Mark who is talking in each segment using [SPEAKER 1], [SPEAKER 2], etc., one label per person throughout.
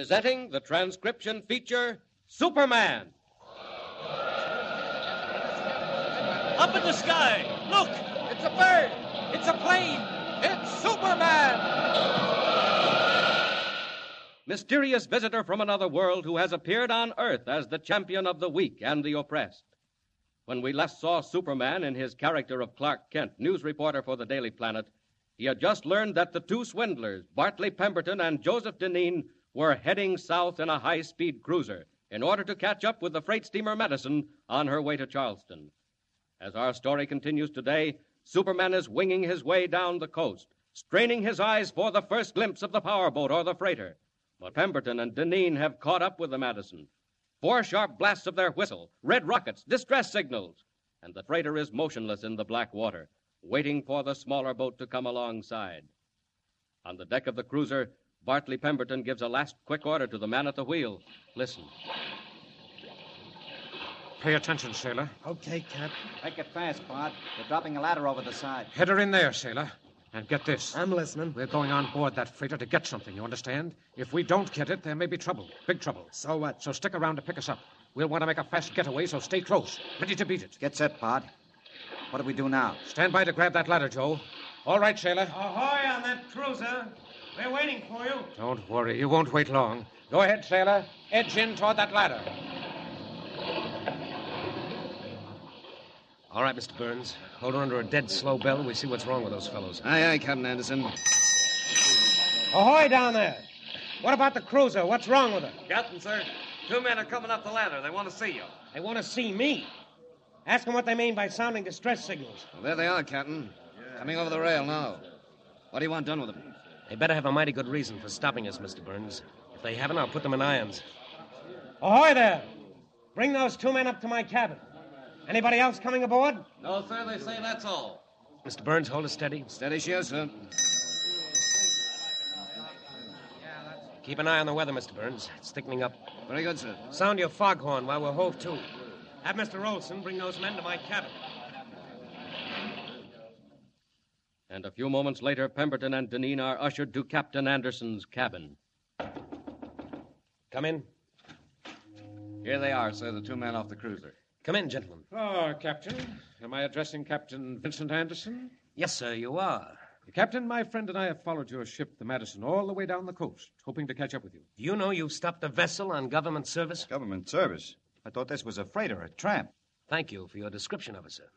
[SPEAKER 1] presenting the transcription feature Superman.
[SPEAKER 2] Up in the sky! Look!
[SPEAKER 1] It's a bird! It's a plane! It's Superman! Mysterious visitor from another world who has appeared on Earth as the champion of the weak and the oppressed. When we last saw Superman in his character of Clark Kent, news reporter for the Daily Planet, he had just learned that the two swindlers, Bartley Pemberton and Joseph Deneen, were heading south in a high speed cruiser in order to catch up with the freight steamer Madison on her way to Charleston. As our story continues today, Superman is winging his way down the coast, straining his eyes for the first glimpse of the powerboat or the freighter. But Pemberton and Deneen have caught up with the Madison. Four sharp blasts of their whistle, red rockets, distress signals, and the freighter is motionless in the black water, waiting for the smaller boat to come alongside. On the deck of the cruiser, Bartley Pemberton gives a last quick order to the man at the wheel. Listen.
[SPEAKER 3] Pay attention, sailor.
[SPEAKER 4] Okay, Cap.
[SPEAKER 5] Make it fast, Bart. They're dropping a ladder over the side.
[SPEAKER 3] Head her in there, sailor. And get this.
[SPEAKER 4] I'm listening.
[SPEAKER 3] We're going on board that freighter to get something, you understand? If we don't get it, there may be trouble. Big trouble.
[SPEAKER 4] So what?
[SPEAKER 3] So stick around to pick us up. We'll want to make a fast getaway, so stay close. Ready to beat it.
[SPEAKER 5] Get set, Bart. What do we do now?
[SPEAKER 3] Stand by to grab that ladder, Joe. All right, sailor.
[SPEAKER 6] Ahoy on that cruiser. We're waiting for you.
[SPEAKER 3] Don't worry. You won't wait long. Go ahead, sailor. Edge in toward that ladder.
[SPEAKER 7] All right, Mr. Burns. Hold her under a dead slow bell. We see what's wrong with those fellows.
[SPEAKER 8] Aye, aye, Captain Anderson.
[SPEAKER 2] Ahoy down there! What about the cruiser? What's wrong with her?
[SPEAKER 6] Captain, sir. Two men are coming up the ladder. They want to see you.
[SPEAKER 2] They want to see me. Ask them what they mean by sounding distress signals.
[SPEAKER 8] Well, there they are, Captain. Coming over the rail now. What do you want done with them?
[SPEAKER 7] They better have a mighty good reason for stopping us, Mr. Burns. If they haven't, I'll put them in irons.
[SPEAKER 2] Ahoy there! Bring those two men up to my cabin. Anybody else coming aboard?
[SPEAKER 6] No, sir. They say that's all.
[SPEAKER 7] Mr. Burns, hold us steady.
[SPEAKER 8] Steady sheer, sir.
[SPEAKER 7] Keep an eye on the weather, Mr. Burns. It's thickening up.
[SPEAKER 8] Very good, sir.
[SPEAKER 7] Sound your foghorn while we're hove to.
[SPEAKER 2] Have Mr. Olson bring those men to my cabin.
[SPEAKER 1] And a few moments later, Pemberton and Deneen are ushered to Captain Anderson's cabin.
[SPEAKER 7] Come in.
[SPEAKER 8] Here they are, sir, the two men off the cruiser.
[SPEAKER 7] Come in, gentlemen.
[SPEAKER 3] Ah, Captain. Am I addressing Captain Vincent Anderson?
[SPEAKER 7] Yes, sir, you are.
[SPEAKER 3] Captain, my friend and I have followed your ship, the Madison, all the way down the coast, hoping to catch up with you.
[SPEAKER 7] Do you know you've stopped a vessel on government service?
[SPEAKER 5] Government service. I thought this was a freighter, a tramp.
[SPEAKER 7] Thank you for your description of it, sir.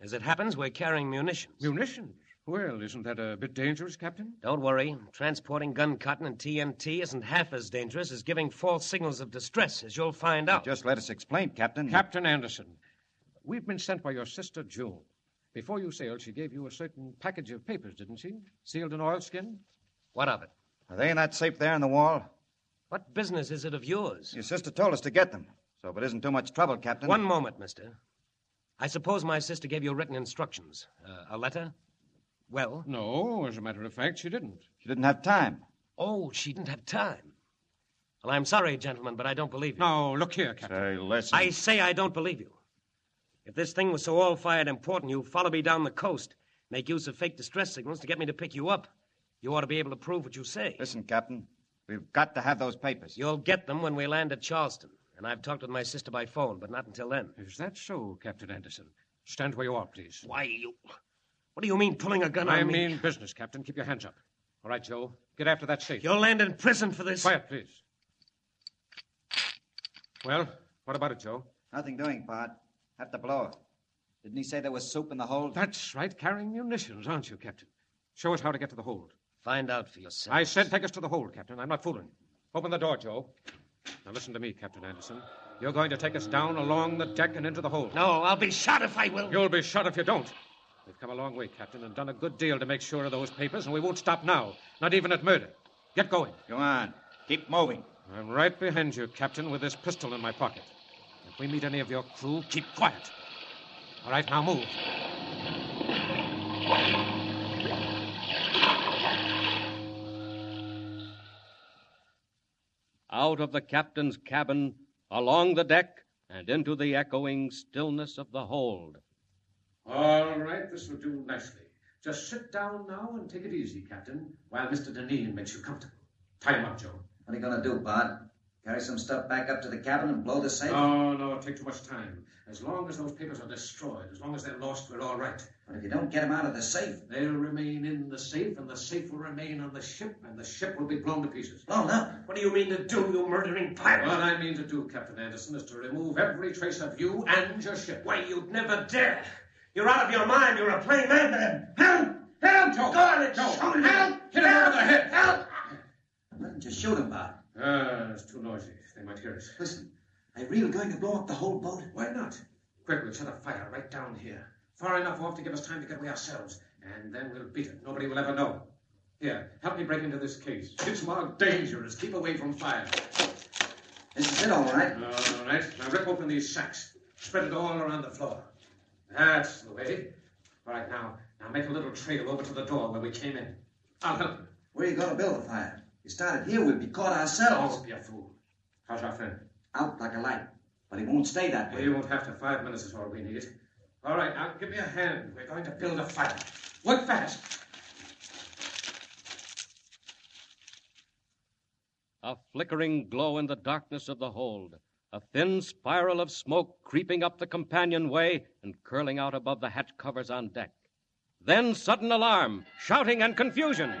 [SPEAKER 7] As it happens, we're carrying munitions.
[SPEAKER 3] Munitions? Well, isn't that a bit dangerous, Captain?
[SPEAKER 7] Don't worry. Transporting gun cotton and TNT isn't half as dangerous as giving false signals of distress, as you'll find out.
[SPEAKER 5] Just let us explain, Captain.
[SPEAKER 3] Captain Anderson, we've been sent by your sister, June. Before you sailed, she gave you a certain package of papers, didn't she? Sealed in oilskin?
[SPEAKER 7] What of it?
[SPEAKER 5] Are they not safe there on the wall?
[SPEAKER 7] What business is it of yours?
[SPEAKER 5] Your sister told us to get them. So if it isn't too much trouble, Captain.
[SPEAKER 7] One moment, mister. I suppose my sister gave you written instructions. Uh, a letter? Well?
[SPEAKER 3] No, as a matter of fact, she didn't.
[SPEAKER 5] She didn't have time.
[SPEAKER 7] Oh, she didn't have time. Well, I'm sorry, gentlemen, but I don't believe you.
[SPEAKER 3] Now, look here, Captain.
[SPEAKER 5] Say, listen.
[SPEAKER 7] I say I don't believe you. If this thing was so all fired important, you follow me down the coast, make use of fake distress signals to get me to pick you up. You ought to be able to prove what you say.
[SPEAKER 5] Listen, Captain. We've got to have those papers.
[SPEAKER 7] You'll get them when we land at Charleston. And I've talked with my sister by phone, but not until then.
[SPEAKER 3] Is that so, Captain Anderson? Stand where you are, please.
[SPEAKER 7] Why, you. What do you mean pulling a gun
[SPEAKER 3] I
[SPEAKER 7] on me?
[SPEAKER 3] mean business, Captain. Keep your hands up. All right, Joe. Get after that safe.
[SPEAKER 7] You'll land in prison for this.
[SPEAKER 3] Quiet, please. Well, what about it, Joe?
[SPEAKER 5] Nothing doing, Bart. Have to blow her. Didn't he say there was soup in the hold?
[SPEAKER 3] That's right, carrying munitions, aren't you, Captain? Show us how to get to the hold.
[SPEAKER 7] Find out for yourself.
[SPEAKER 3] I said take us to the hold, Captain. I'm not fooling. you. Open the door, Joe. Now listen to me, Captain Anderson. You're going to take us down along the deck and into the hold.
[SPEAKER 7] No, I'll be shot if I will.
[SPEAKER 3] You'll be shot if you don't. We've come a long way, Captain, and done a good deal to make sure of those papers, and we won't stop now. Not even at murder. Get going.
[SPEAKER 5] Go on. Keep moving.
[SPEAKER 3] I'm right behind you, Captain, with this pistol in my pocket. If we meet any of your crew, keep quiet. All right, now move.
[SPEAKER 1] out of the captain's cabin, along the deck, and into the echoing stillness of the hold.
[SPEAKER 3] All right, this will do nicely. Just sit down now and take it easy, Captain, while Mr. Deneen makes you comfortable. Tie him up, Joe.
[SPEAKER 5] What are you going to do, Bud? Carry some stuff back up to the cabin and blow the safe?
[SPEAKER 3] No, no, it'll take too much time. As long as those papers are destroyed, as long as they're lost, we're all right.
[SPEAKER 5] But if you don't get 'em out of the safe,
[SPEAKER 3] They'll remain in the safe, and the safe will remain on the ship, and the ship will be blown to pieces.
[SPEAKER 5] blown up.
[SPEAKER 7] What do you mean to do, you murdering pirate?
[SPEAKER 3] What I mean to do, Captain Anderson, is to remove every trace of you and your ship.
[SPEAKER 7] Why, you'd never dare. You're out of your mind. You're a plain man to them. Help! Help!
[SPEAKER 3] Joe!
[SPEAKER 7] Go on and
[SPEAKER 3] Joe!
[SPEAKER 7] shoot him.
[SPEAKER 3] Help! Hit him
[SPEAKER 7] Help!
[SPEAKER 3] over the head.
[SPEAKER 7] Help!
[SPEAKER 5] Why don't you shoot 'em, Bud?
[SPEAKER 3] Ah, it's too noisy. They might hear us.
[SPEAKER 5] Listen, are you really going to blow up the whole boat?
[SPEAKER 3] Why not? Quick, we'll set a fire right down here. Far enough off to give us time to get away ourselves. And then we'll beat it. Nobody will ever know. Here, help me break into this case. It's marked dangerous. Keep away from fire.
[SPEAKER 5] This is it, all right.
[SPEAKER 3] All right, now rip open these sacks. Spread it all around the floor. That's the way. All right, now, now make a little trail over to the door where we came in. I'll help you.
[SPEAKER 5] Where are you going to build the fire? You started here, we'd be caught ourselves.
[SPEAKER 3] Don't be a fool. How's our friend?
[SPEAKER 5] Out like a light. But he won't stay that way.
[SPEAKER 3] You won't have to. Five minutes is all we need. All right, now give me a hand. We're going to build a fire. Work fast.
[SPEAKER 1] A flickering glow in the darkness of the hold, a thin spiral of smoke creeping up the companionway and curling out above the hatch covers on deck. Then sudden alarm, shouting, and confusion.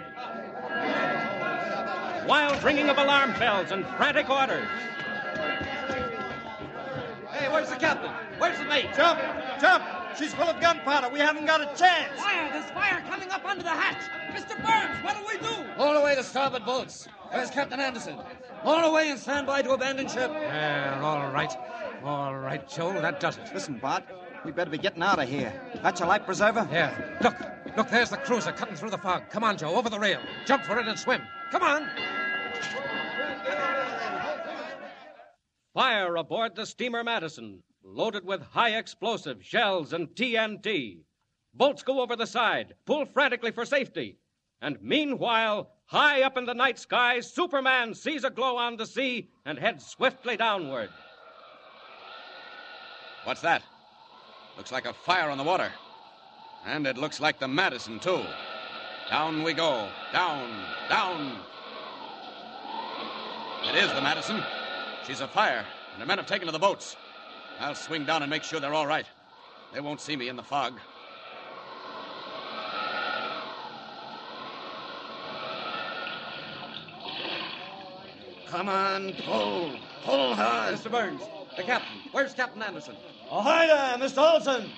[SPEAKER 1] Wild ringing of alarm bells and frantic orders.
[SPEAKER 8] Hey, where's the captain? Where's the mate? Jump! Jump! She's full of gunpowder. We haven't got a chance.
[SPEAKER 4] Fire! There's fire coming up under the hatch! Mr. Burns, what do we do?
[SPEAKER 8] All away to starboard boats. Where's Captain Anderson? All away and stand by to abandon ship.
[SPEAKER 7] Well, all right. All right, Joel, that does it.
[SPEAKER 5] Listen, Bud, we better be getting out of here. Got your life preserver?
[SPEAKER 7] Yeah. Look, look, there's the cruiser cutting through the fog. Come on, Joe, over the rail. Jump for it and swim. Come on.
[SPEAKER 1] Fire aboard the steamer Madison, loaded with high explosive shells and TNT. Bolts go over the side, pull frantically for safety. And meanwhile, high up in the night sky, Superman sees a glow on the sea and heads swiftly downward.
[SPEAKER 8] What's that? Looks like a fire on the water. And it looks like the Madison, too. Down we go. Down, down. It is the Madison. She's afire, and her men have taken to the boats. I'll swing down and make sure they're all right. They won't see me in the fog. Come on, pull. Pull hard.
[SPEAKER 7] Mr. Burns, the captain. Where's Captain Anderson?
[SPEAKER 8] Ahoy there, Mr. Olson.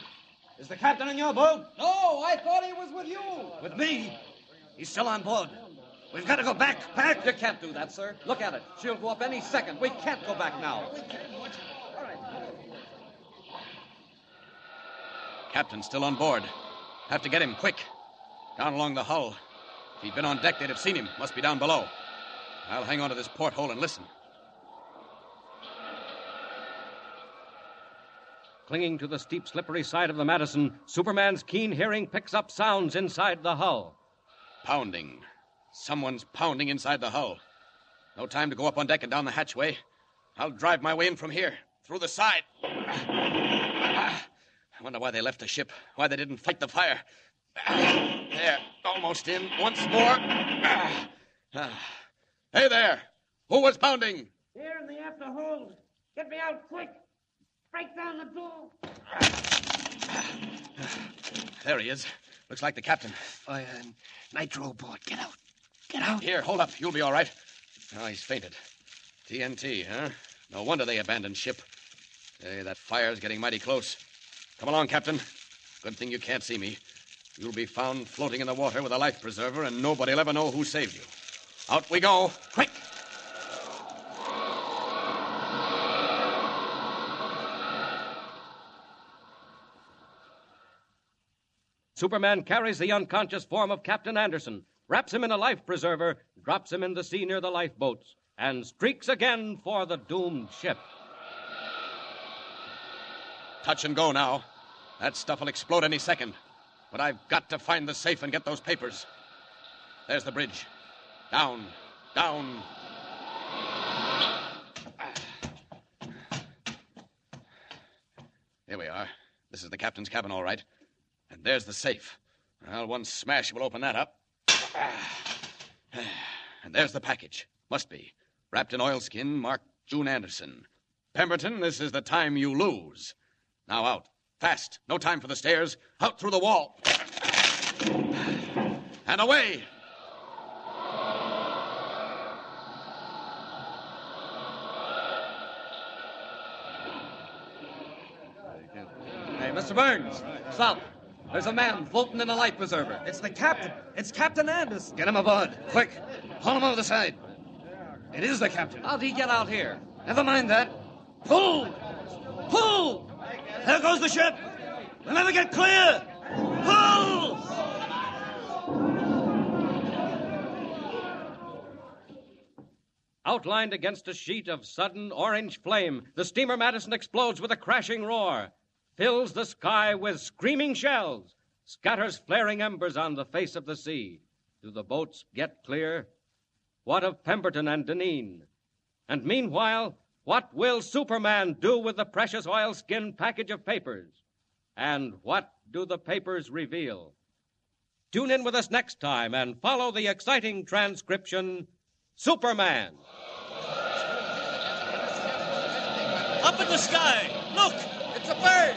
[SPEAKER 8] Is the captain in your boat?
[SPEAKER 4] No, I thought he was with you.
[SPEAKER 8] With me? He's still on board. We've got to go back, back.
[SPEAKER 7] You can't do that, sir. Look at it. She'll go up any second. We can't go back now.
[SPEAKER 8] Captain's still on board. Have to get him quick. Down along the hull. If he'd been on deck, they'd have seen him. Must be down below. I'll hang on to this porthole and listen.
[SPEAKER 1] Clinging to the steep, slippery side of the Madison, Superman's keen hearing picks up sounds inside the hull.
[SPEAKER 8] Pounding. Someone's pounding inside the hull. No time to go up on deck and down the hatchway. I'll drive my way in from here, through the side. Ah, I wonder why they left the ship, why they didn't fight the fire. Ah, There, almost in, once more. Ah, ah. Hey there! Who was pounding?
[SPEAKER 6] Here in the after hold. Get me out quick. Break down the door.
[SPEAKER 8] There he is. Looks like the captain.
[SPEAKER 7] Fire and uh, nitro board. Get out. Get out.
[SPEAKER 8] Here, hold up. You'll be all right. Oh, he's fainted. TNT, huh? No wonder they abandoned ship. Hey, that fire's getting mighty close. Come along, Captain. Good thing you can't see me. You'll be found floating in the water with a life preserver, and nobody'll ever know who saved you. Out we go. Quick!
[SPEAKER 1] Superman carries the unconscious form of Captain Anderson, wraps him in a life preserver, drops him in the sea near the lifeboats, and streaks again for the doomed ship.
[SPEAKER 8] Touch and go now. That stuff'll explode any second. But I've got to find the safe and get those papers. There's the bridge. Down, down. Here we are. This is the captain's cabin, all right. And there's the safe. Well, one smash will open that up. And there's the package. Must be. wrapped in oilskin, marked June Anderson. Pemberton, this is the time you lose. Now out. Fast. No time for the stairs. Out through the wall. And away.
[SPEAKER 1] Hey, Mr. Burns, stop. There's a man floating in a life preserver.
[SPEAKER 7] It's the captain. It's Captain Anderson.
[SPEAKER 8] Get him aboard. Quick. Haul him over the side. It is the captain.
[SPEAKER 1] How'd he get out here?
[SPEAKER 8] Never mind that.
[SPEAKER 7] Pull! Pull! There goes the ship. We'll never get clear. Pull!
[SPEAKER 1] Outlined against a sheet of sudden orange flame, the steamer Madison explodes with a crashing roar, fills the sky with screaming shells, scatters flaring embers on the face of the sea. Do the boats get clear? What of Pemberton and Deneen? And meanwhile, what will Superman do with the precious oilskin package of papers? And what do the papers reveal? Tune in with us next time and follow the exciting transcription Superman.
[SPEAKER 7] Up in the sky. Look!
[SPEAKER 4] It's a bird.